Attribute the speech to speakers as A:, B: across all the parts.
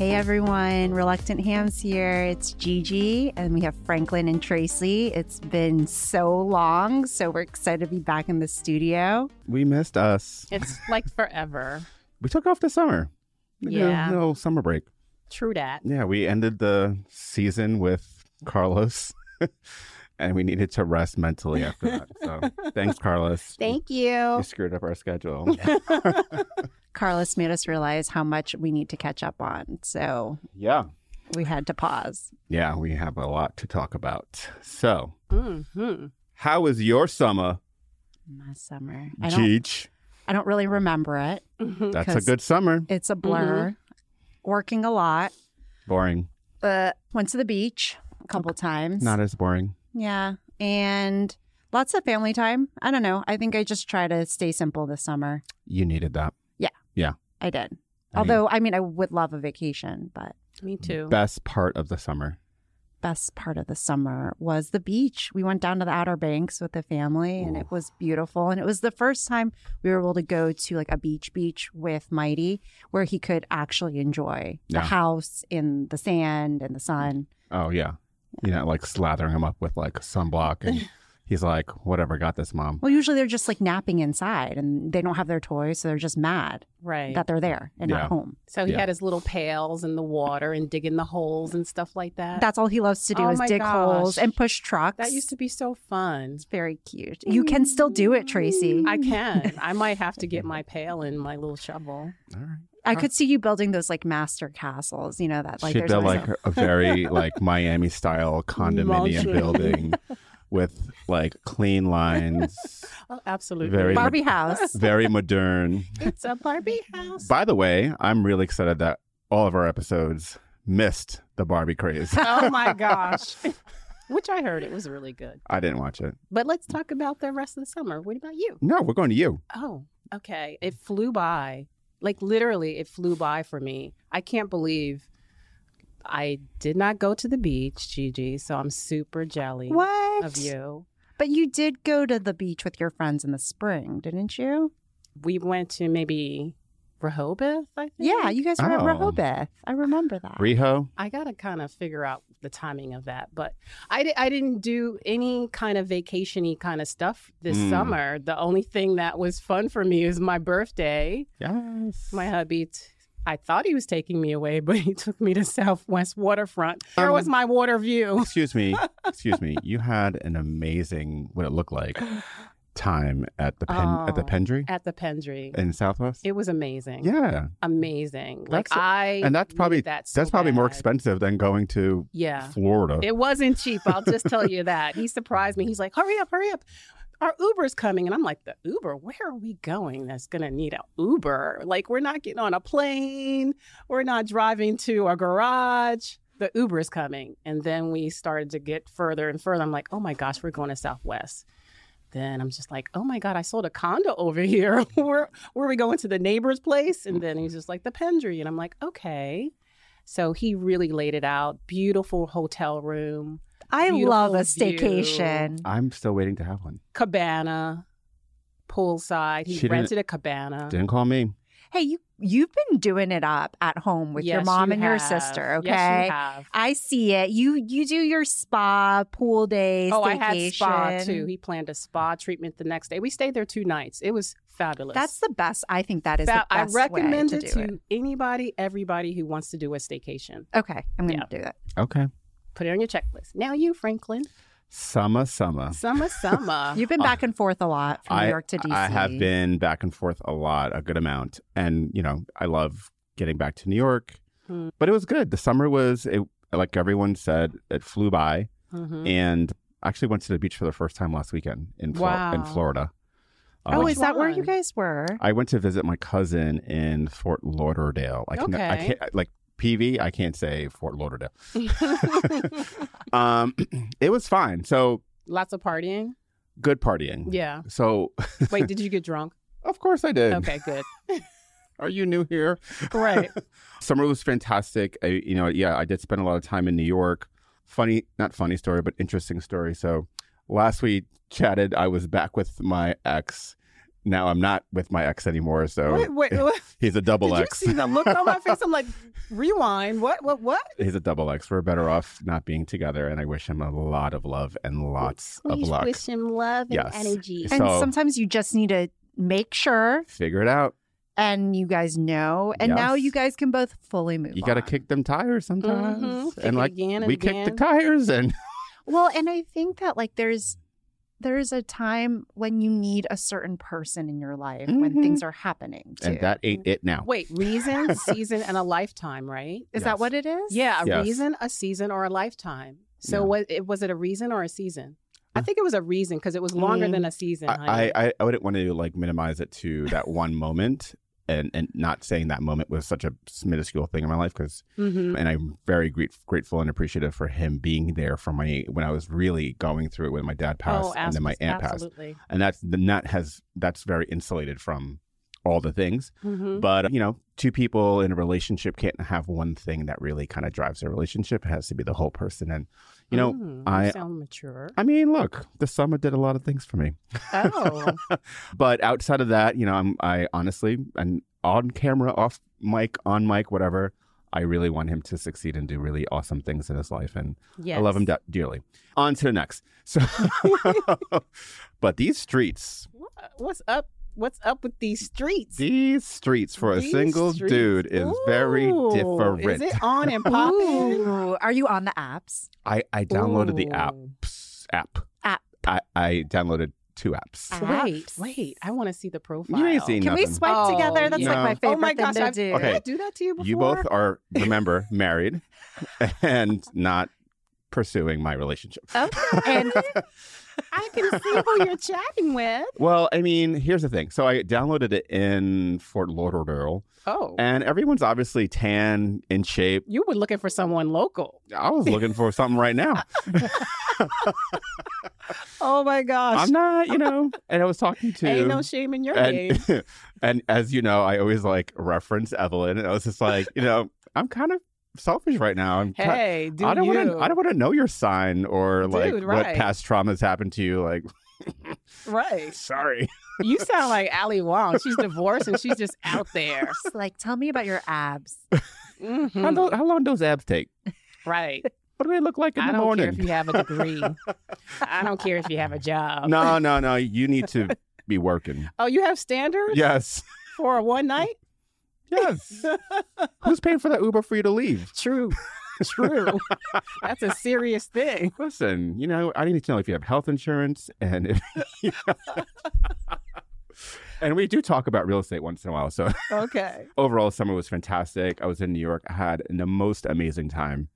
A: everyone. Reluctant Hams here. It's Gigi, and we have Franklin and Tracy. It's been so long, so we're excited to be back in the studio.
B: We missed us.
C: It's like forever.
B: We took off this summer. We did a
C: Yeah.
B: little summer break.
C: True dat.
B: Yeah, we ended the season with Carlos, and we needed to rest mentally after that. So thanks, Carlos.
A: Thank you.
B: You screwed up our schedule.
A: Carlos made us realize how much we need to catch up on, so
B: yeah.
A: we had to pause.
B: Yeah, we have a lot to talk about. So,
C: hmm
B: how was your summer,
A: My summer. I don't,
B: Cheech?
A: I don't really remember it.
B: That's a
A: 'cause-
B: good summer.
A: It's a blur. Working a lot.
B: Boring.
A: Uh, went to the beach a couple times.
B: Not as boring.
A: Yeah. And lots of family time. I don't know. I think I just try to stay simple this summer.
B: You needed that.
A: I did.
B: I mean,
A: Although, I mean, I would love a vacation, but
C: Me too.
B: best part of the summer.
A: best part of the summer was the beach. We went down to the Outer Banks with the family and it
B: Ooh.
A: was beautiful. And it was the first time we were able to go to like a beach beach with Mighty where he could actually enjoy
B: Yeah.
A: the house in the sand and the sun.
B: Oh yeah. You know, like slathering him up with like sunblock and he's like, Whatever, got this mom.
A: Well, usually they're just like napping inside and they don't have their toys. So they're just mad
C: Right.
A: that they're there and
B: Yeah.
A: not home.
C: so he
B: Yeah.
C: had his little pails in the water and digging the holes and stuff like that.
A: That's all he loves to do
C: Oh
A: is
C: my
A: dig holes
C: gosh.
A: and push trucks.
C: that used to be so fun.
A: It's very cute. You can still do it, Tracy. I,
C: I can. I might have to get my pail and my little shovel.
B: All right.
A: I could see you building those like master castles. You know that like
B: she
A: there's
B: built
A: always
B: like a very like Miami style condominium
C: Mulching.
B: building with like clean lines,
C: Oh, absolutely.
B: Very
A: a
B: much-
A: Barbie house.
B: very modern.
C: it's a Barbie house.
B: By the way, I'm really excited that all of our episodes missed the Barbie craze.
C: oh my gosh. Which I heard it was really good.
B: I didn't watch it.
C: But let's talk about the rest of the summer. What about you?
B: No, we're going to you.
C: Oh, okay.
A: Mm.
C: It flew by. Like literally, it flew by for me. I can't believe I did not go to the beach, Gigi. So I'm super jelly
A: What?
C: of you.
A: But you did go to the beach with your friends in the spring, didn't you?
C: We went to maybe Rehoboth, I think.
A: Yeah, you guys were
B: Oh.
A: at Rehoboth. I remember that.
B: Riho?
C: I got to kind of figure out the timing of that. But I, di- I didn't do any kind of vacation y kind of stuff this
B: Mm.
C: summer. The only thing that was fun for me is my birthday.
B: Yes.
C: My hubby, t- I thought he was taking me away, but he took me to Southwest Waterfront. Here
B: Um,
C: was my water view.
B: excuse me. Excuse me. You had an amazing what it looked like time at the pen at the
C: Oh.
B: Pendry
C: At the Pendry.
B: in Southwest.
C: It was amazing.
B: Eh. yeah.
C: Amazing. Like
B: That's-
C: I
B: and that's
C: needed
B: probably-
C: that so
B: That's probably more
C: bad.
B: expensive than going to
C: Yeah.
B: Florida.
C: It wasn't cheap. I'll just tell you that. He surprised me. He's like, hurry up, hurry up. Our Uber's coming. And I'm like, the Uber, where are we going that's going to need an Uber? Like, we're not getting on a plane. We're not driving to a garage. The Uber is coming. And then we started to get further and further. I'm like, oh my gosh, we're going to Southwest. Then I'm just like, oh my God, I sold a condo over here. where, where are we going to the neighbor's place? And then he's just like, the Pendry. And I'm like, okay. So he really laid it out. Beautiful hotel room,
A: I love a
C: Beautiful view.
A: staycation.
B: I'm still waiting to have one.
C: cabana, poolside. He
B: She didn't-
C: rented a cabana.
B: Didn't call me.
A: Hey, you you've been doing it up at home with your
C: Yes,
A: mom
C: you
A: and your
C: have.
A: sister, okay?
C: Yes, you have.
A: I see it. You you do your spa pool days.
C: Oh, I had spa
A: staycation.
C: too. He planned a spa treatment the next day. We stayed there two nights. It was fabulous.
A: That's the best. I think that is.
C: Fa-
A: the best
C: I recommend
A: way to
C: it
A: do
C: to anybody, everybody who wants to do a staycation.
A: Okay, I'm gonna do that.
B: Okay.
C: Put it on your checklist. Now you, Franklin.
B: Summer, summer.
C: Summer, summer.
A: You've been
B: Uh,
A: back and forth a lot from
B: I-
A: New York to DC.
B: I have been back and forth a lot, a good amount. And, you know, I love getting back to New York.
C: Hmm.
B: But it was good. The summer was, it, like everyone said, it flew by.
C: Mhm.
B: And I actually went to the beach for the first time last weekend in, Flo-
C: Wow.
B: in Florida. Uh,
A: Oh,
C: Which
A: is that where you
C: one?
A: guys were?
B: I went to visit my cousin in Fort Lauderdale. I can, I
C: Okay.
B: can't, like, PV, I can't say Fort Lauderdale. Um, it was fine. So
C: Lots of partying.
B: good partying.
C: Yeah.
B: So
C: Wait, did you get drunk?
B: of course I did.
C: Okay, good.
B: Are you new here?
C: Right.
B: Summer was fantastic. I, you know, yeah, I did spend a lot of time in New York. Funny, not funny story, but interesting story. So last we chatted, I was back with my ex now I'm not with my ex anymore. So
C: Wait, wait, what?
B: he's a double
C: Did
B: X.
C: you see the look on my face? I'm like, rewind. What? What? What?
B: he's a double X. We're better off not being together. And I wish him a lot of love and lots of
D: We
B: luck.
D: wish him love and
B: Yes.
D: energy.
B: It's-
A: And
B: So-
A: sometimes you just need to make sure
B: Figure it out.
A: and you guys know. And now
B: Yes.
A: you guys can both fully move
B: You got to
A: on.
B: kick them tires sometimes.
C: Mhm. Kick
B: And
C: it
B: like,
C: again and
B: we kicked the
C: again.
B: tires and
A: Well, and I think that like there's there's a time when you need a certain person in your life when
B: Mhm.
A: things are happening. Too.
B: and that ain't it now.
C: Wait, reason, season, and a lifetime, right?
A: is
B: Yes.
A: that what it is?
C: Yeah, a
B: Yes.
C: reason, a season, or a lifetime. So
B: Yeah.
C: was it was it a reason or a season? I think it was a reason because it was longer
A: Mm.
C: than a season.
B: I,
C: honey.
B: I, I- I wouldn't want to like minimize it to that one moment and, and not saying that moment was such a minuscule thing in my life because
C: Mhm.
B: and I'm very grate- grateful and appreciative for him being there for my when I was really going through it when my dad passed
C: oh,
B: and then my
C: abs-
B: aunt passed
C: absolutely.
B: and that's the that has that's very insulated from all the things
D: Mm-hmm.
C: Mhm.
B: but you know two people in a relationship can't have one thing that really kind of drives their relationship it has to be the whole person and you know
C: Mm,
B: I-
C: you sound mature.
B: i mean look the summer did a lot of things for me
C: oh,
B: but outside of that you know i'm i honestly and on camera off mic on mic whatever i really want him to succeed and do really awesome things in his life and
C: yes.
B: I love him de- dearly. On to the next. So, but these streets,
C: What- What's up? What's up with these streets?
B: these streets for a
C: These
B: single
C: streets.
B: dude is very
C: Ooh,
B: different.
C: Is it on and popping?
A: Ooh, are you on the apps?
B: I, I downloaded the app
C: Ooh.
B: app.
A: App.
B: I, I downloaded two apps.
A: App.
C: Wait,
A: Apps.
C: wait. I want to see the profile.
B: You ain't seen
A: Can
B: nothing.
A: we swipe
C: Oh,
A: together? That's
B: yeah.
A: like my
C: No.
A: favorite
C: Oh my gosh,
A: thing to
C: I've-
A: do.
B: Okay.
C: Did I do that to you before?
B: You both are remember married and not pursuing my relationship.
A: Okay. and
C: I can see who you're chatting with.
B: Well, I mean, here's the thing. So I downloaded it in Fort Lauderdale,
C: Oh,
B: and everyone's obviously tan, in shape.
C: you were looking for someone local.
B: I was looking for something right now.
C: Oh my gosh.
B: I'm not, you know. And I was talking to
C: Ain't no shame in your game.
B: and, and as you know, I always like reference Evelyn, and I was just like, you know, I'm kind of selfish right now. I'm ki-
C: Hey, do
B: I don't
C: you?
B: want to. I don't want to know your sign or like
C: Dude,
B: what
C: right.
B: past traumas happened to you. Like,
C: Right.
B: sorry.
C: You sound like Ali Wong. She's divorced and she's just out there.
A: it's like, tell me about your abs.
C: Mhm.
B: How, tho- how long those abs take?
C: Right.
B: What do they look like in the
C: I don't care if
B: morning?
C: you have a degree. I don't care if you have a job.
B: No, no, no. You need to be working.
C: Oh, you have standards
B: Yes,
C: for a one night?
B: yes. Who's paying for that Uber for you to leave?
C: True. True. That's a serious thing.
B: Listen, you know, I need to know if you have health insurance and if. and we do talk about real estate once in a while. So
C: Okay.
B: overall, summer was fantastic. I was in New York. I had the most amazing time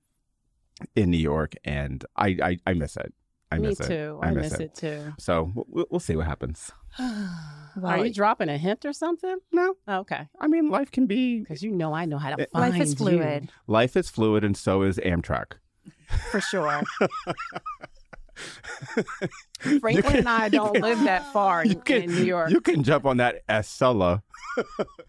B: in New York, and I I, I miss it. I
C: Me
B: miss it.
C: too.
B: I
C: I
B: miss
C: miss
B: it.
C: it too.
B: So we'll, we'll see what happens.
C: Are
A: Wow.
C: you dropping a hint or something? Oh,
B: No,
C: Okay.
B: I mean life can be
C: Because you know I know how to
B: It-
C: find
A: Life is
C: you.
A: fluid
B: life is fluid, and so is Amtrak.
A: for sure.
C: Franklin and I don't
D: can-
C: live that far
B: You
C: in, in New York.
B: you can jump on that Acela.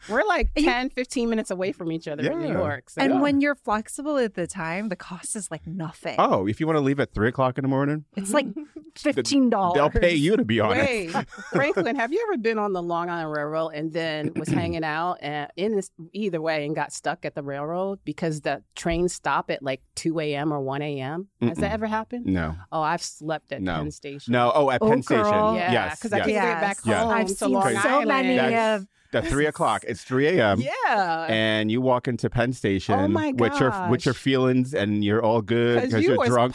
C: We're like
A: You-
C: 10, 15 minutes away from each other in New
B: Yeah.
C: York. So.
A: and when you're flexible at the time, the cost is like nothing.
B: Oh, if you want to leave at three o'clock in the morning,
A: It's like fifteen dollars.
B: they'll pay you to be on it.
C: Wait, Franklin, have you ever been on the Long Island Railroad and then was hanging out and in this, either way and got stuck at the railroad because the trains stop at like 2 a.m. or 1 a.m.? Has
B: Mm-mm.
C: that ever happened?
B: No.
C: Oh, I've slept at
B: No.
C: Penn Station.
B: No. Oh, at
A: Oh,
B: Penn
A: girl.
B: Station.
C: Yeah,
B: Yes.
C: because I
B: yes.
C: can't get
A: Yes.
C: back
B: Yeah.
C: home
A: I've
C: to
A: seen
C: Long
A: so
C: Island.
A: many um,
B: That's-
A: of
B: The three o'clock. It's three a.m.
C: Yeah.
B: And you walk into Penn Station
C: Oh my
B: with your with your
C: gosh.
B: feelings, and you're all good
C: Because
B: because
C: you
B: are
C: was
B: drunk.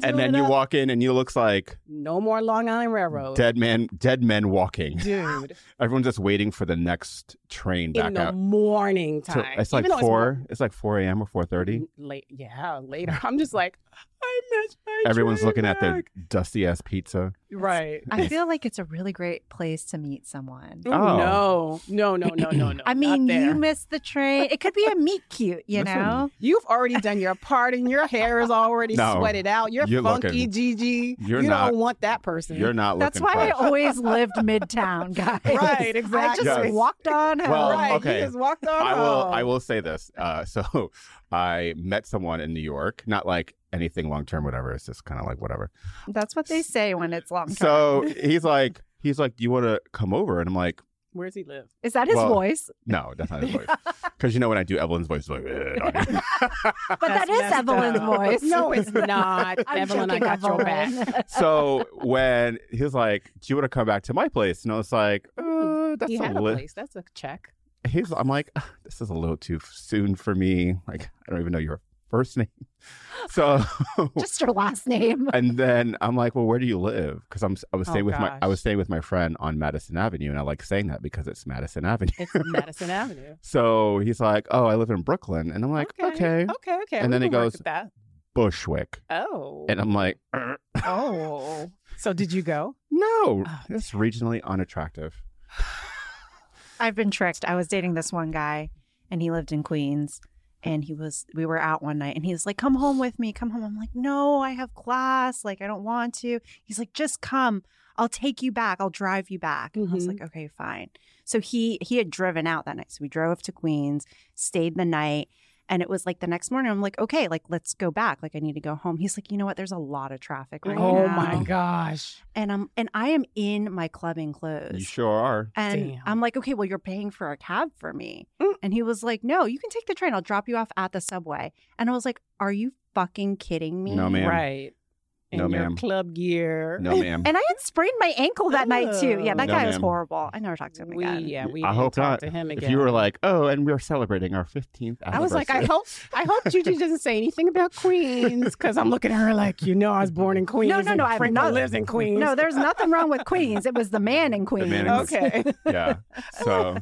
B: and then
C: doing
B: you
C: it up.
B: walk in, and you looks like
C: No more Long Island Railroad.
B: dead man, dead men walking.
C: Dude,
B: Everyone's just waiting for the next train back
C: in the
B: out.
C: morning
B: So
C: time.
B: it's like
C: Even though
B: four. It's, like four a.m. or four
C: It's
B: thirty.
C: m- late, yeah, later. I'm just like, I missed my
B: Everyone's
C: train
B: looking at their
C: back.
B: dusty ass pizza.
C: Right.
A: I feel like it's a really great place to meet someone.
C: Ooh,
B: Oh.
C: No, no, no, no, no, no.
A: I mean,
C: not there.
A: you missed the train. It could be a meet cute, you
B: Listen,
A: know?
C: You've already done your part, and your hair is already
B: No.
C: sweated out. You're,
B: You're
C: funky,
B: looking-
C: Gigi.
B: you're
C: you
B: not-
C: don't want that person.
B: You're not
A: That's
B: looking.
A: why I
B: fresh.
A: always lived midtown, guys.
C: Right,
A: I just
C: exactly.
B: Yes.
A: walked on home.
B: Well,
C: right.
B: okay.
C: You just walked on.
B: I will. I
C: home.
B: will say this. Uh, so, I met someone in New York. Not like anything long term, whatever. It's just kind of like whatever.
A: That's what they say when it's long term.
B: So he's like, he's like, "Do you want to come over?" And I'm like,
C: Where does he live?
A: Is that his
B: Well,
A: voice?
B: "No, that's not his voice." Because you know when I do Evelyn's voice, it's like, "Eh, not him."
A: But that is
C: messed
A: Evelyn's
C: up.
A: voice.
C: No, it's not.
A: I'm
C: Evelyn, I
A: joking,
C: got your back.
A: Evelyn.
B: so when he was like, "Do you want to come back to my place?" and I was like, uh, "That's
C: he
B: a
C: had a
B: little."
C: place. That's a check.
B: He's, I'm like, "Ugh, "This is a little too soon for me. Like, I don't even know your first name." So
A: Just her last name.
B: and then I'm like, well, where do you live? Because I'm I was
C: Oh,
B: staying with my
C: gosh.
B: I was staying with my friend on Madison Avenue, and I like saying that because it's Madison Avenue.
C: It's Madison Avenue.
B: So he's like, oh, I live in Brooklyn, and I'm like, okay,
C: okay, Oh. okay.
B: And
C: we
B: then he
C: can work
B: goes-
C: with that.
B: Bushwick,
C: Oh,
B: and I'm like, "Er,
C: oh. So did you go?
B: no,
C: Oh,
B: that's regionally unattractive.
A: I've been tricked. I was dating this one guy and he lived in Queens and he was we were out one night and he was like, Come home with me, come home. I'm like, No, I have class, like I don't want to. He's like, just come. I'll take you back. I'll drive you back. And I was
C: Mhm.
A: like, okay, fine. So he he had driven out that night. So we drove to Queens, stayed the night, and it was like the next morning. I'm like, okay, like let's go back. Like I need to go home. He's like, you know what? There's a lot of traffic right
C: oh
A: now.
C: my gosh.
A: And I'm and I am in my clubbing clothes.
B: You sure are.
A: And
C: Damn.
A: I'm like, okay, well, you're paying for a cab for me.
C: Mm.
A: And he was like, no, you can take the train. I'll drop you off at the subway. And I was like, are you fucking kidding me?
B: No, ma'am.
C: Right. In
B: No,
C: your
B: ma'am.
C: club gear.
B: No, ma'am.
A: And I had sprained my ankle that night, too. Yeah, that
B: No,
A: guy was
B: ma'am.
A: horrible. I never talked to him
C: We,
A: again.
C: yeah, we
B: I
C: didn't
B: hope
C: talk
B: not.
C: to him again.
B: if you were like, oh, and we're celebrating our 15th anniversary,
C: I was like, I hope, I hope Gigi doesn't say anything about Queens because I'm looking at her like, you know, I was born in Queens.
A: no,
C: and
A: no, I've
C: Franklin
A: not-
C: lives in Queens.
A: No, there's nothing wrong with Queens. It was the man in Queens.
B: man in Queens.
C: okay,
B: yeah. So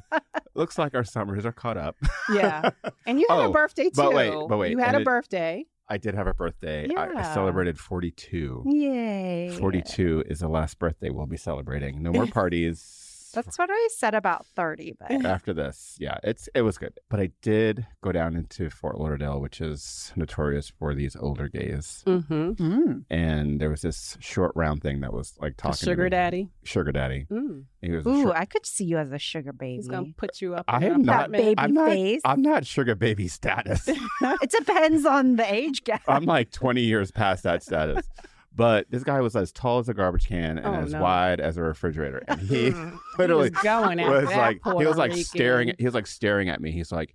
B: looks like our summers are caught up.
C: yeah, and you had a
B: Oh,
C: birthday too.
B: but wait, but wait,
C: you had
B: and
C: a
B: it-
C: birthday.
B: I did have a birthday. I- I
C: Yeah.
B: celebrated 42.
A: Yay.
B: 42 is the last birthday we'll be celebrating. No more parties
A: That's what I said about 30, but
B: after this. Yeah, it's it was good. But I did go down into Fort Lauderdale, which is notorious for these older gays.
C: Mm-hmm.
A: Mm.
B: And there was this short round thing that was like talking to
C: sugar
B: me.
C: daddy.
B: Sugar daddy.
C: Mm.
B: He was a
A: Ooh,
B: short-
A: I could see you as a sugar baby.
C: He's gonna put you up.
B: I
C: in an
B: am not-
A: that
C: apartment.
A: baby
B: I'm not-
A: face.
B: I'm not sugar baby status.
A: it depends on the age gap.
B: I'm like 20 years past that status. But this guy was as tall as a garbage can and
C: Oh,
B: as
C: no.
B: wide as a refrigerator. And
C: Mm.
B: he
C: was
B: literally
C: going at
B: was
C: that
B: like he
C: Puerto
B: was like
C: Rican.
B: staring at, he was like staring at me he's like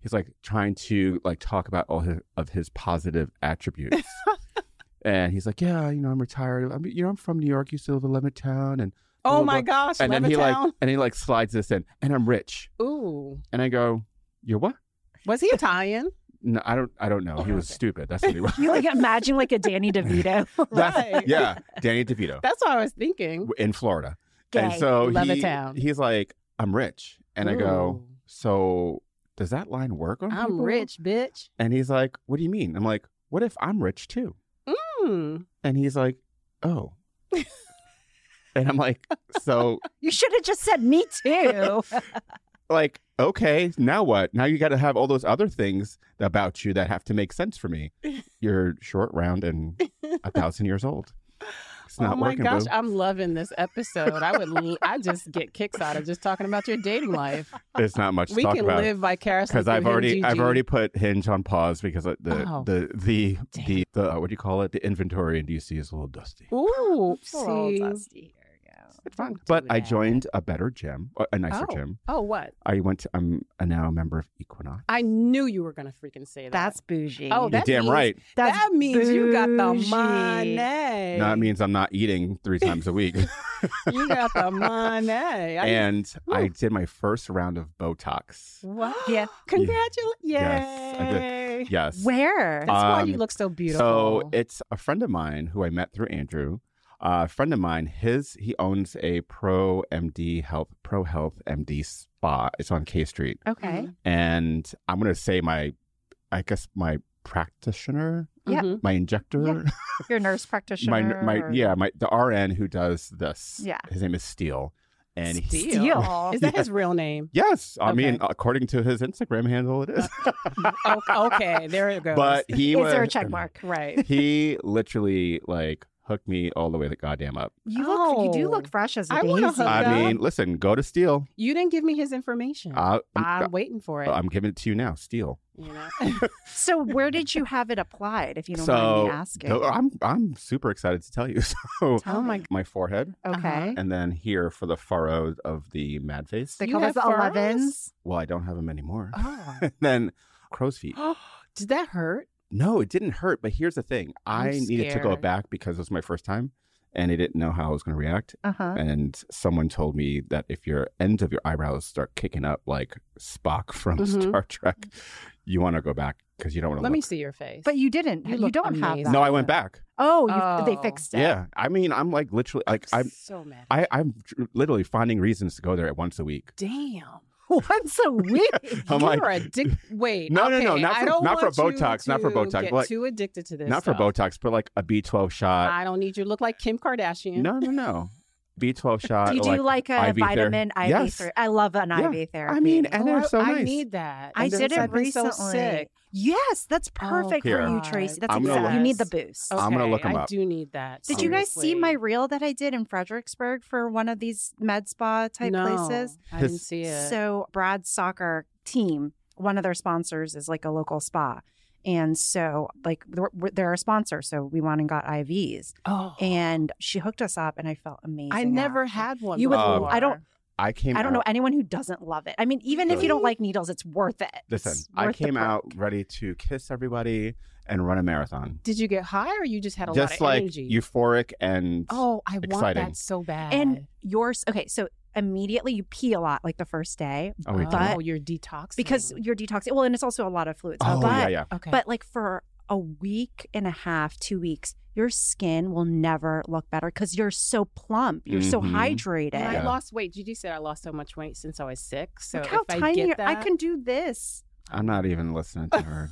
B: he's like trying to like talk about all his, of his positive attributes and he's like yeah you know i'm retired i'm you know i'm from new york used to live in levittown and
C: Oh my gosh,
B: and
C: Levittown.
B: then he like and he like slides this in and i'm rich
C: Ooh,
B: and i go you're what
C: was he Italian?
B: no i don't i don't know he was
C: Okay.
B: stupid that's what he was
A: You like imagine like a Danny DeVito.
B: That's-
C: Right.
B: yeah danny devito
C: That's what I was thinking.
B: in florida and
A: Gay.
B: so he,
C: Levittown.
B: he's like i'm rich and i go
C: Ooh. "Ooh.
B: so does that line work on
C: I'm
B: people?"
C: rich, bitch.
B: And he's like, What do you mean? I'm like, What if I'm rich too?
C: Mm.
B: And he's like, Oh. and I'm like, So,
A: You should have just said me too.
B: like, okay, now what? Now you got to have all those other things about you that have to make sense for me. You're short, round, and a thousand years old. It's not
C: oh my
B: working,
C: gosh,
B: boo.
C: I'm loving this episode. I would, l- I just get kicks out of just talking about your dating life.
B: It's not much to
C: uh, we
B: talk
C: can
B: about.
C: live vicariously
B: because I've
C: through him,
B: already I've
C: Gigi.
B: already put Hinge on pause because of the
C: Oh.
B: the the
C: Damn.
B: the, the uh, what do you call it the inventory in DC is a little dusty.
C: Ooh, see. Don't
B: But
C: do
B: I
C: that.
B: joined a better gym, a- a nicer
C: Oh.
B: gym.
C: Oh, what?
B: I went to, I'm a now a member of Equinox.
C: I knew you were gonna freaking say that.
A: That's bougie.
C: Oh,
B: You're
C: that
B: damn
C: means-
B: right.
C: that means you got the
A: bougie.
C: money.
B: Now it means I'm not eating three times a week.
C: you got the money. I-
B: and
C: Woo.
B: I did my first round of Botox.
C: wow.
A: Yeah.
C: Congratulations.
B: Yes, I did.
C: Yay.
B: Yes.
A: Where?
C: That's why you
B: Um,
C: look so beautiful.
B: so it's a friend of mine who I met through Andrew. Uh, a friend of mine, his he owns a Pro MD Health Pro Health MD spa. It's on K Street,
A: okay.
B: mm. Mm-hmm. and I'm gonna say my, I guess my practitioner,
A: Yeah.
C: Mhm.
B: my injector.
A: Yeah. Your nurse
B: my,
A: practitioner.
B: my
A: or-
B: yeah my the RN who does this.
A: Yeah.
B: his name is Steele, and he,
C: Steele.
A: Deal.
C: Is that his real name?
B: yes, I mean
C: Okay.
B: according to his Instagram handle, it is.
C: O- okay, there it goes.
B: but he
A: Is
B: was
A: there a check mark?
C: right.
B: He literally like hook me all the way the goddamn up.
A: You look, you do
C: Oh.
A: look fresh as a
C: I wanna
A: daisy.
C: hook
B: I
C: Yeah.
B: mean, listen, go to Steel.
C: You didn't give me his information.
B: I,
C: I'm
B: I'm,
C: waiting for it.
B: I'm giving it to you now. Steel.
C: you know?
A: so where did you have it applied? If you don't mind
B: So uh,
A: me asking.
B: th- I'm I'm super excited to tell you. So
A: Tell
C: Oh my
A: me.
B: my forehead,
C: Oh
A: Okay.
B: and then here for the furrows of the mad face.
A: They
C: You
A: call
C: have
A: us the
C: furrows?
A: elevens.
B: Well, I don't have them anymore.
C: Oh.
B: and then crow's feet.
C: Did Oh. that hurt?
B: No, it didn't hurt. But here's the thing: I needed to go
C: scared.
B: back because it was my first time, and I didn't know how I was going to react.
A: Uh huh.
B: and someone told me that if your ends of your eyebrows start kicking up like Spock from
A: Mm-hmm.
C: Mhm.
B: Star Trek, you want to go back because you don't want to.
C: Let me
B: look.
C: see your face.
A: But you didn't.
C: You
A: You,
C: look
A: don't have
C: amazing.
A: that.
B: No, I went back.
A: Oh, you, they
C: Oh.
A: fixed it.
B: Yeah, I mean, I'm like literally like I'm
C: so mad.
B: I, I'm tr- literally finding reasons to go there once a week.
C: Damn.
A: Once a week.
B: I'm
C: You're
B: like,
C: addicted. Wait.
B: No, no, no,
C: okay,
B: not
C: I
B: for-
C: don't
B: not for
C: want you
B: Botox, not for
C: to
B: Botox,
C: Get
B: like-
C: too addicted to this.
B: not
C: stuff.
B: for Botox, but like a B12 shot.
C: I don't need you to look like Kim Kardashian.
B: no, no, no, B12 shot.
A: Do you do like, a
B: IV therapy.
A: vitamin IV
B: Yes.
A: ther- I love an
B: Yeah.
A: IV therapy.
B: I mean, and
C: Oh,
B: they're
C: I-
B: so
C: I,
B: nice.
C: need that.
A: I
C: Since
A: did it
C: I've been so
A: recently.
C: sick.
A: Yes, that's perfect for you,
C: God.
A: Tracy. That's
B: I'm gonna
A: exactly. You
C: look-
A: need the boost.
B: I'm gonna
C: Okay,
B: look 'em
C: I
B: up.
C: do need that.
A: Did you guys see
C: Oh, seriously.
A: my reel that I did in Fredericksburg for one of these med spa type
C: No,
A: places?
C: I didn't
B: His-
C: see it.
A: So Brad's soccer team, one of their sponsors is like a local spa. And so, like, they're, they're a sponsor. So we went and got IVs.
C: oh,
A: And she hooked us up, and I felt amazing.
C: I never
A: after.
C: had one.
A: You
B: would-
C: before.
A: I don't-
B: I came.
A: I don't know
B: out-
A: anyone who doesn't love it. I mean, even if you don't
C: Really?
A: like needles, it's worth it.
B: Listen,
A: It's
B: I
A: worth the
B: came out
A: perk.
B: ready to kiss everybody and run a marathon.
C: Did you get high or you just had a lot
B: Just
C: of
B: like
C: energy?
B: euphoric and
C: oh, I want
B: exciting.
C: that so bad.
A: And yours, okay, so immediately you pee a lot like the first day
B: Oh, wait,
A: but-
C: oh, you're detoxing
A: because you're detoxing. Well, and it's also a lot of fluids.
B: oh
A: but,
B: yeah, yeah.
C: okay.
A: but like for a week and a half, two weeks, your skin will never look better because you're so plump. You're so
B: Mhm.
A: hydrated.
C: And I
B: Yeah.
C: lost weight. Gigi said I lost so much weight since I was six. So
A: Look how
C: if I
A: tiny
C: get
A: you're-
C: that,
A: I can do this.
B: I'm not even listening to her.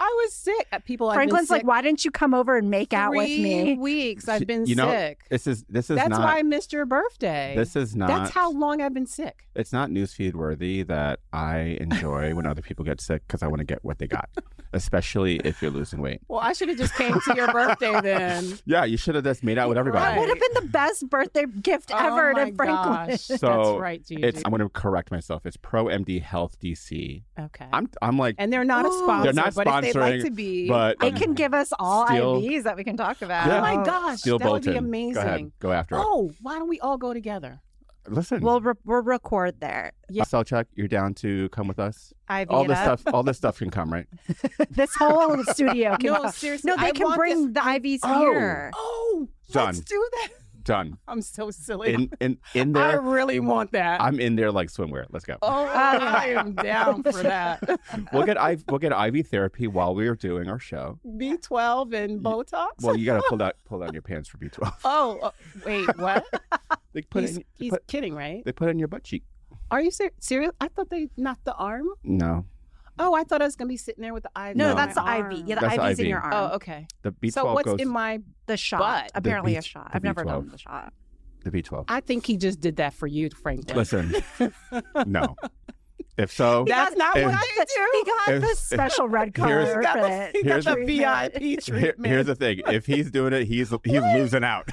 C: I was sick. Uh, People.
A: Franklin's
C: I've
A: like,
C: been
A: why didn't you come over and make
C: sick
A: out with
C: three
A: me?
C: Weeks. I've been
B: You know,
C: sick.
B: this is this is
C: That's
B: not
C: why I missed your birthday.
B: this is not
C: That's how long I've been sick.
B: it's not newsfeed worthy that I enjoy when other people get sick because I want to get what they got, especially if you're losing weight.
C: Well, I should have just came to your birthday then.
B: Yeah, you should have just made out with everybody.
A: That would have been the best birthday gift ever
C: oh my
A: to Franklin.
C: Gosh.
B: So,
C: That's right, Gigi.
B: It's I'm going to correct myself. It's Pro MD Health DC.
C: okay.
B: I'm I'm like,
C: and they're not a
A: Ooh.
C: sponsor.
B: Oh. They're not
C: but if they'd
B: sponsoring,
C: like to be,
B: but um,
A: It can give us all
B: Still-
A: IVs that we can talk
C: oh
A: about.
B: Yeah.
C: my gosh,
B: Steel
C: that would be
B: Bolton.
C: amazing.
B: Go ahead, go after it.
C: Oh, why don't we all go together?
B: Listen,
A: We'll re- we'll record there.
C: yeah.
B: cell check. You're down to come with us.
A: IV
B: all
A: it
B: this
A: up.
B: stuff. All this stuff can come, right?
A: This whole studio. Can
C: No, seriously,
A: No, they
C: I
A: can
C: want
A: bring the IVs
B: Oh.
A: here.
C: Oh, let's
B: Done.
C: do that.
B: Done.
C: I'm so silly.
B: In in in
C: I
B: there.
C: really want that.
B: I'm in there like swimwear. Let's go.
C: oh, I am down for that.
B: We'll get I we'll get IV therapy while we are doing our show.
C: B12 and Botox.
B: Well, you gotta pull down pull down your pants for B twelve.
C: oh, uh, wait, what?
B: They put
C: he's
B: in,
C: he's
B: put-
C: kidding, right?
B: they put in your butt cheek.
C: Are you ser- serious? I thought they knocked the arm.
B: No,
C: Oh, I thought I was gonna be sitting there with the IV.
A: No,
B: No.
C: on
A: that's the
C: my
A: IV. Yeah, the
B: That's the
A: IV's in
B: IV.
A: your arm.
C: Oh, okay.
B: the B
C: so
B: twelve
C: what's
B: goes.
C: in my?
A: The shot.
C: But-
A: Apparently a
B: B-
A: shot.
B: the
A: I've never
B: B12.
A: done the shot.
B: the B twelve.
C: I think he just did that for you, Franklin.
B: Listen, no. If so,
C: That's not
B: And-
C: what I
A: He
C: do.
A: got
B: If-
A: the special red
B: here's-
A: color
C: That
A: for
C: was-
A: it.
C: he got
B: Here's-
C: the VIP
B: here-
C: treatment.
B: here's the thing. If he's doing it, he's he's losing out.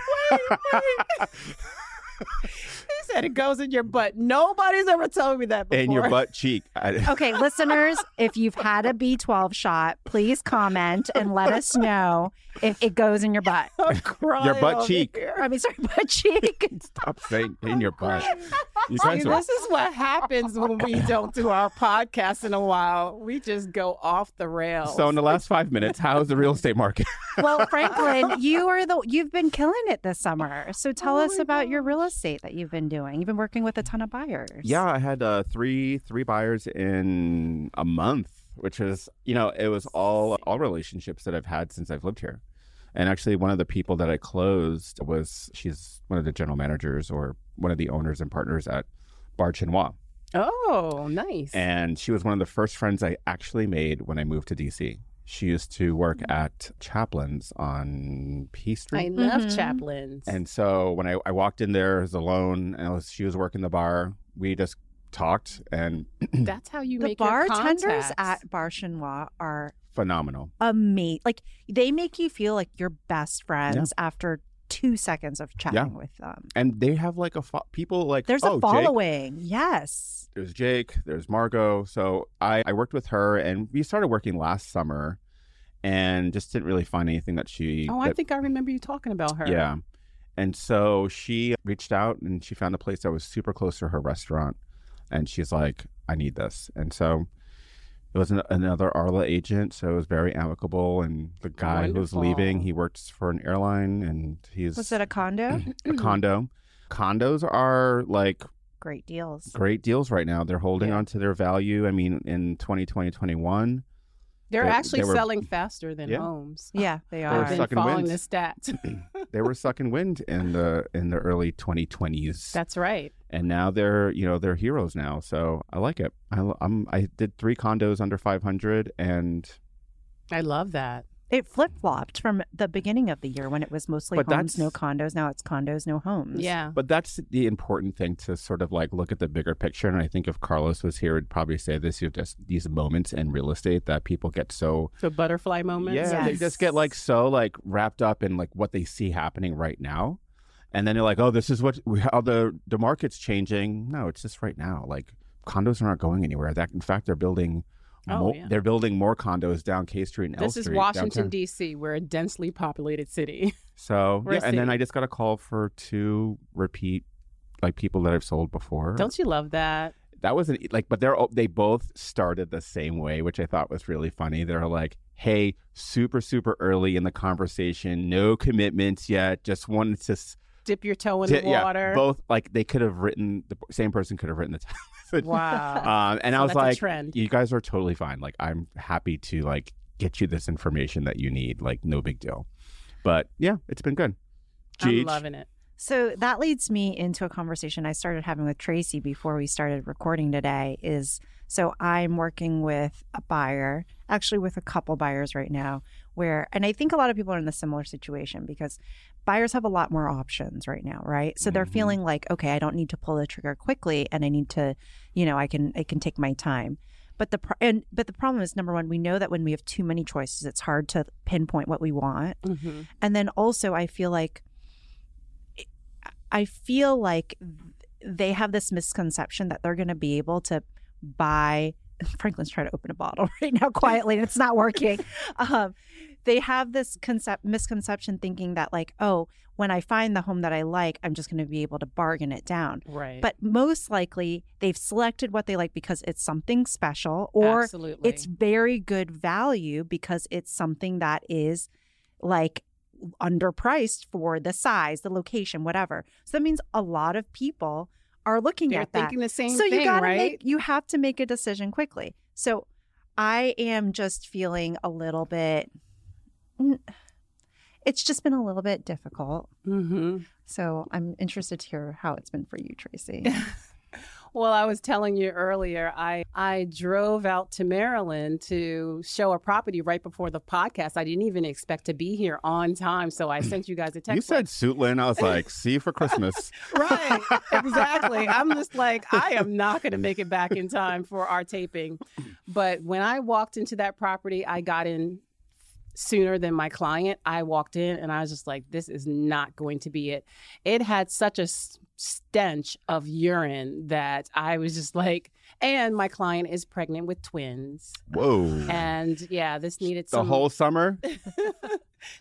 C: he said it goes in your butt. Nobody's ever told me that before.
B: in your butt cheek. I-
A: Okay, listeners, if you've had a B12 shot, please comment and let us know if it goes in your butt.
C: I'm crying
B: Your butt
C: over
B: cheek.
C: here.
A: I mean, sorry, butt cheek.
B: Stop saying in your butt. You
C: See,
B: guys are
C: this is what happens when we don't do our podcast in a while. We just go off the rails.
B: So in the last five minutes, how is the real estate market?
A: Well, Franklin, you are the you've been killing it this summer. So tell
C: Oh
A: us
C: my
A: about your real estate that you've been doing. You've been working with a ton of buyers.
B: yeah, I had uh, three three buyers in a month, which is you know it was all all relationships that I've had since I've lived here. And actually, one of the people that I closed was she's one of the general managers or one of the owners and partners at Bar Chinois,
C: oh, nice.
B: and she was one of the first friends I actually made when I moved to DC. She used to work at Chaplin's on P Street.
C: I love
A: Mhm.
C: chaplains.
B: And so when I, I walked in there as alone, and I was, she was working the bar. We just talked, and
C: that's how you
A: The
C: make your
A: bartenders
C: contacts.
A: at Bar Chinois are
B: phenomenal.
A: amazing. Like they make you feel like you're best friends after two seconds of chatting with them.
B: And they have like a fo- people like
A: There's a
B: oh, Jake
A: following. Yes.
B: there's Jake, there's Margot. So I, I worked with her and we started working last summer and just didn't really find anything that she
C: Oh, I
B: that-
C: think I remember you talking about her.
B: Yeah. And so she reached out and she found a place that was super close to her restaurant and she's like, I need this. And so it was an, another Arla agent, so it was very amicable and the guy who
C: Wonderful.
B: was leaving, he works for an airline and he's
A: Was it a condo?
B: a condo. Condos are like
A: Great deals.
B: great deals right now. They're holding
C: Yeah.
B: on to their value. I mean, in 2020, 21,
C: They're
B: They-
C: actually
B: they were-
C: selling faster than
B: Yeah.
C: homes.
A: Yeah, they
B: They were
A: are.
C: I've been
B: sucking
C: following
B: wind.
C: the stats.
B: they were sucking wind in the in the early 2020s,
C: That's right.
B: and now they're you know they're heroes now. So I like it. I, l- I'm I did three condos under 500, and
C: I love that.
A: It flip flopped from the beginning of the year when it was mostly
B: But
A: homes,
B: that's-
A: no condos. Now it's condos, no homes.
C: Yeah.
B: but that's the important thing to sort of like look at the bigger picture. And I think if Carlos was here, would probably say this: you have just these moments in real estate that people get so
C: The butterfly moment.
B: Yeah, they
A: Yes.
B: just get like so like wrapped up in like what they see happening right now, and then they're like, oh, this is what how the the market's changing. No, it's just right now. Like condos aren't going anywhere. That in fact, they're building.
C: Oh,
B: mo-
C: yeah.
B: They're building more condos down K Street and L
C: This
B: Street.
C: is Washington
B: downtown.
C: D.C. We're a densely populated city.
B: So
C: We're a
B: yeah, and then
C: city.
B: I just got a call for two repeat like people that I've sold before.
C: Don't you love that?
B: that was an like, but they're all- they both started the same way, which I thought was really funny. They're like, "Hey, super super early in the conversation, no commitments yet, just wanted to." s-
C: Dip your toe in
B: to-
C: the water.
B: both like they could have written the same person could have written the text.
C: Wow.
B: um, and I
C: So
B: was
C: that's a
B: like,
C: trend.
B: "You guys are totally fine. Like, I'm happy to like get you this information that you need. Like, no big deal." But yeah, it's been good.
C: I'm
B: Jeej.
C: loving it.
A: So that leads me into a conversation I started having with Tracy before we started recording today. Is so I'm working with a buyer, actually with a couple buyers right now, where, and I think a lot of people are in a similar situation because buyers have a lot more options right now, right? So they're
B: Mhm.
A: feeling like, okay, I don't need to pull the trigger quickly and I need to, you know, I can, I can take my time. But the, pro- and, but the problem is number one, we know that when we have too many choices, it's hard to pinpoint what we want.
C: Mm-hmm.
A: And then also, I feel like eh, I feel like they have this misconception that they're going to be able to buy. Franklin's trying to open a bottle right now quietly, and it's not working. um, they have this concept misconception thinking that like, oh, when I find the home that I like, I'm just going to be able to bargain it down.
C: Right.
A: But most likely, they've selected what they like because it's something special, or
C: Absolutely.
A: it's very good value because it's something that is like underpriced for the size, the location, whatever. So that means a lot of people are looking
C: They're
A: at that.
C: thinking the same
A: so
C: thing,
A: you gotta
C: right?
A: make you have to make a decision quickly. So I am just feeling a little bit n- it's just been a little bit difficult.
C: mm-hmm.
A: So I'm interested to hear how it's been for you, Tracy.
C: Well, I was telling you earlier, I, I drove out to Maryland to show a property right before the podcast. I didn't even expect to be here on time. So I sent you guys a text.
B: You said Suitland. I was like, "See you for Christmas."
C: right. Exactly. I'm just like, I am not going to make it back in time for our taping. But when I walked into that property, I got in sooner than my client. I walked in and I was just like, this is not going to be it. It had such a s- stench of urine that I was just like, and my client is pregnant with twins.
B: Whoa.
C: And yeah, this needed
B: the
C: some.
B: whole summer.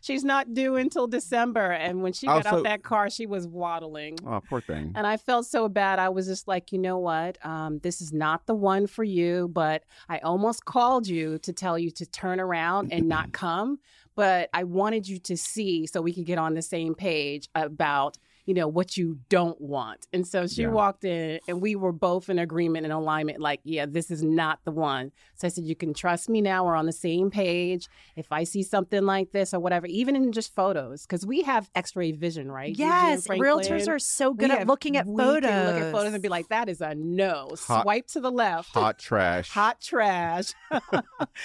C: She's not due until December. And when she
B: Oh,
C: got out
B: so-
C: that car, she was waddling.
B: Oh, poor thing.
C: And I felt so bad. I was just like, you know what? Um, this is not the one for you. But I almost called you to tell you to turn around and not come. But I wanted you to see so we could get on the same page about, you know, what you don't want. And so she
B: Yeah.
C: walked in and we were both in agreement and alignment like, yeah, this is not the one. So I said, you can trust me now. We're on the same page. If I see something like this or whatever, even in just photos, because we have x ray vision, right? Eugene
A: yes, realtors
C: Franklin?
A: are so good
C: We
A: at
C: have-
A: looking at
C: we
A: photos.
C: Can look at photos and be like, that is a no.
B: Hot-
C: Swipe to the left.
B: Hot trash.
C: Hot trash.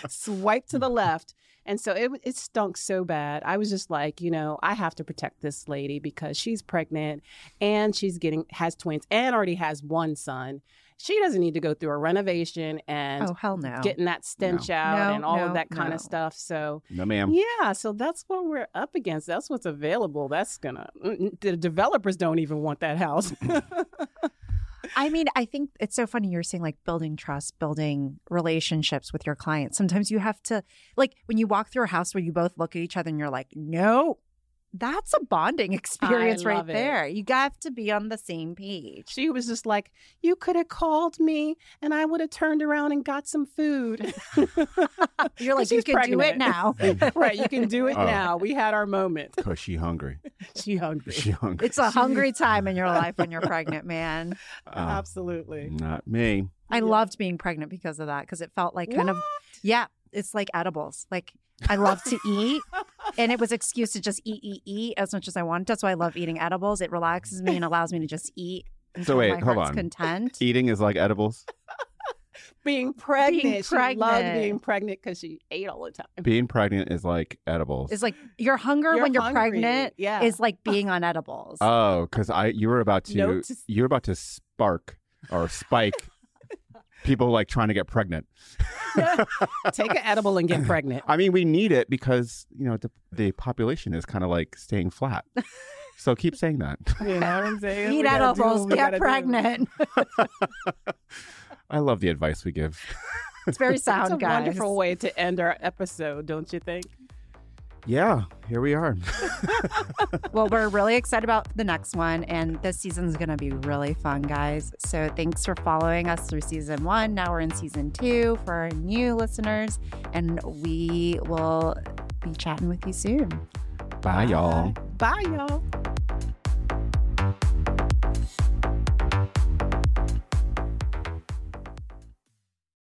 C: Swipe to the left. And so it it stunk so bad. I was just like, you know, I have to protect this lady because she's pregnant and she's getting has twins and already has one son. She doesn't need to go through a renovation and
A: Oh hell no.
C: getting that stench out
A: No,
C: and all of
A: no,
C: that kind
A: no. Um,
C: of stuff. So
B: No, ma'am.
C: yeah, so that's what we're up against. That's what's available. That's gonna mm, the developers don't even want that house.
A: I mean, I think it's so funny you're saying like building trust, building relationships with your clients. Sometimes you have to like when you walk through a house where you both look at each other and you're like, "No, that's a bonding experience right
C: love it.
A: there. You have to be on the same page."
C: She was just like, You could have called me and I would have turned around and got some food.
A: You're like,
C: She's
A: "You can do it
C: pregnant.
A: now."
C: right. You can do it
B: Oh.
C: now. We had our moment.
B: Cause she hungry.
C: She hungry.
B: She hungry.
A: It's a hungry time in your life when you're pregnant, man.
C: Ah.
B: Uh,
C: Absolutely.
B: not me.
A: I
C: Yeah.
A: loved being pregnant because of that because it felt like kind of yeah, it's like edibles. Like I love to eat, and it was excuse to just eat, eat, eat as much as I wanted. That's why I love eating edibles. It relaxes me and allows me to just eat. until
B: wait,
A: my
B: hold
A: heart's
B: on.
C: E-,
A: content.
B: Eating is like edibles.
C: Being pregnant. She loved
A: pregnant.
C: being pregnant because she ate all the time.
B: Being pregnant is like edibles.
A: It's like your hunger when you're
C: hungry.
A: pregnant
C: Yeah.
A: is like being on edibles.
B: oh, because I you were about to
C: Note to-
B: you were about to spark or spike people like trying to get pregnant.
C: Take an edible and get pregnant.
B: I mean, we need it because you know the the population is kind of like staying flat. so keep saying that.
C: You know what I'm saying?
A: Eat
C: We gotta do
A: edibles,
C: what we gotta
A: get
C: do.
A: pregnant.
B: I love the advice we give.
A: It's very
C: That's
A: sound,
C: a
A: guys.
C: wonderful way to end our episode, don't you think?
B: Yeah, here we are.
A: Well, we're really excited about the next one, and this season's going to be really fun, guys. So, thanks for following us through season one. Now we're in season two for our new listeners, and we will be chatting with you soon.
B: Bye, y'all.
C: Bye, y'all.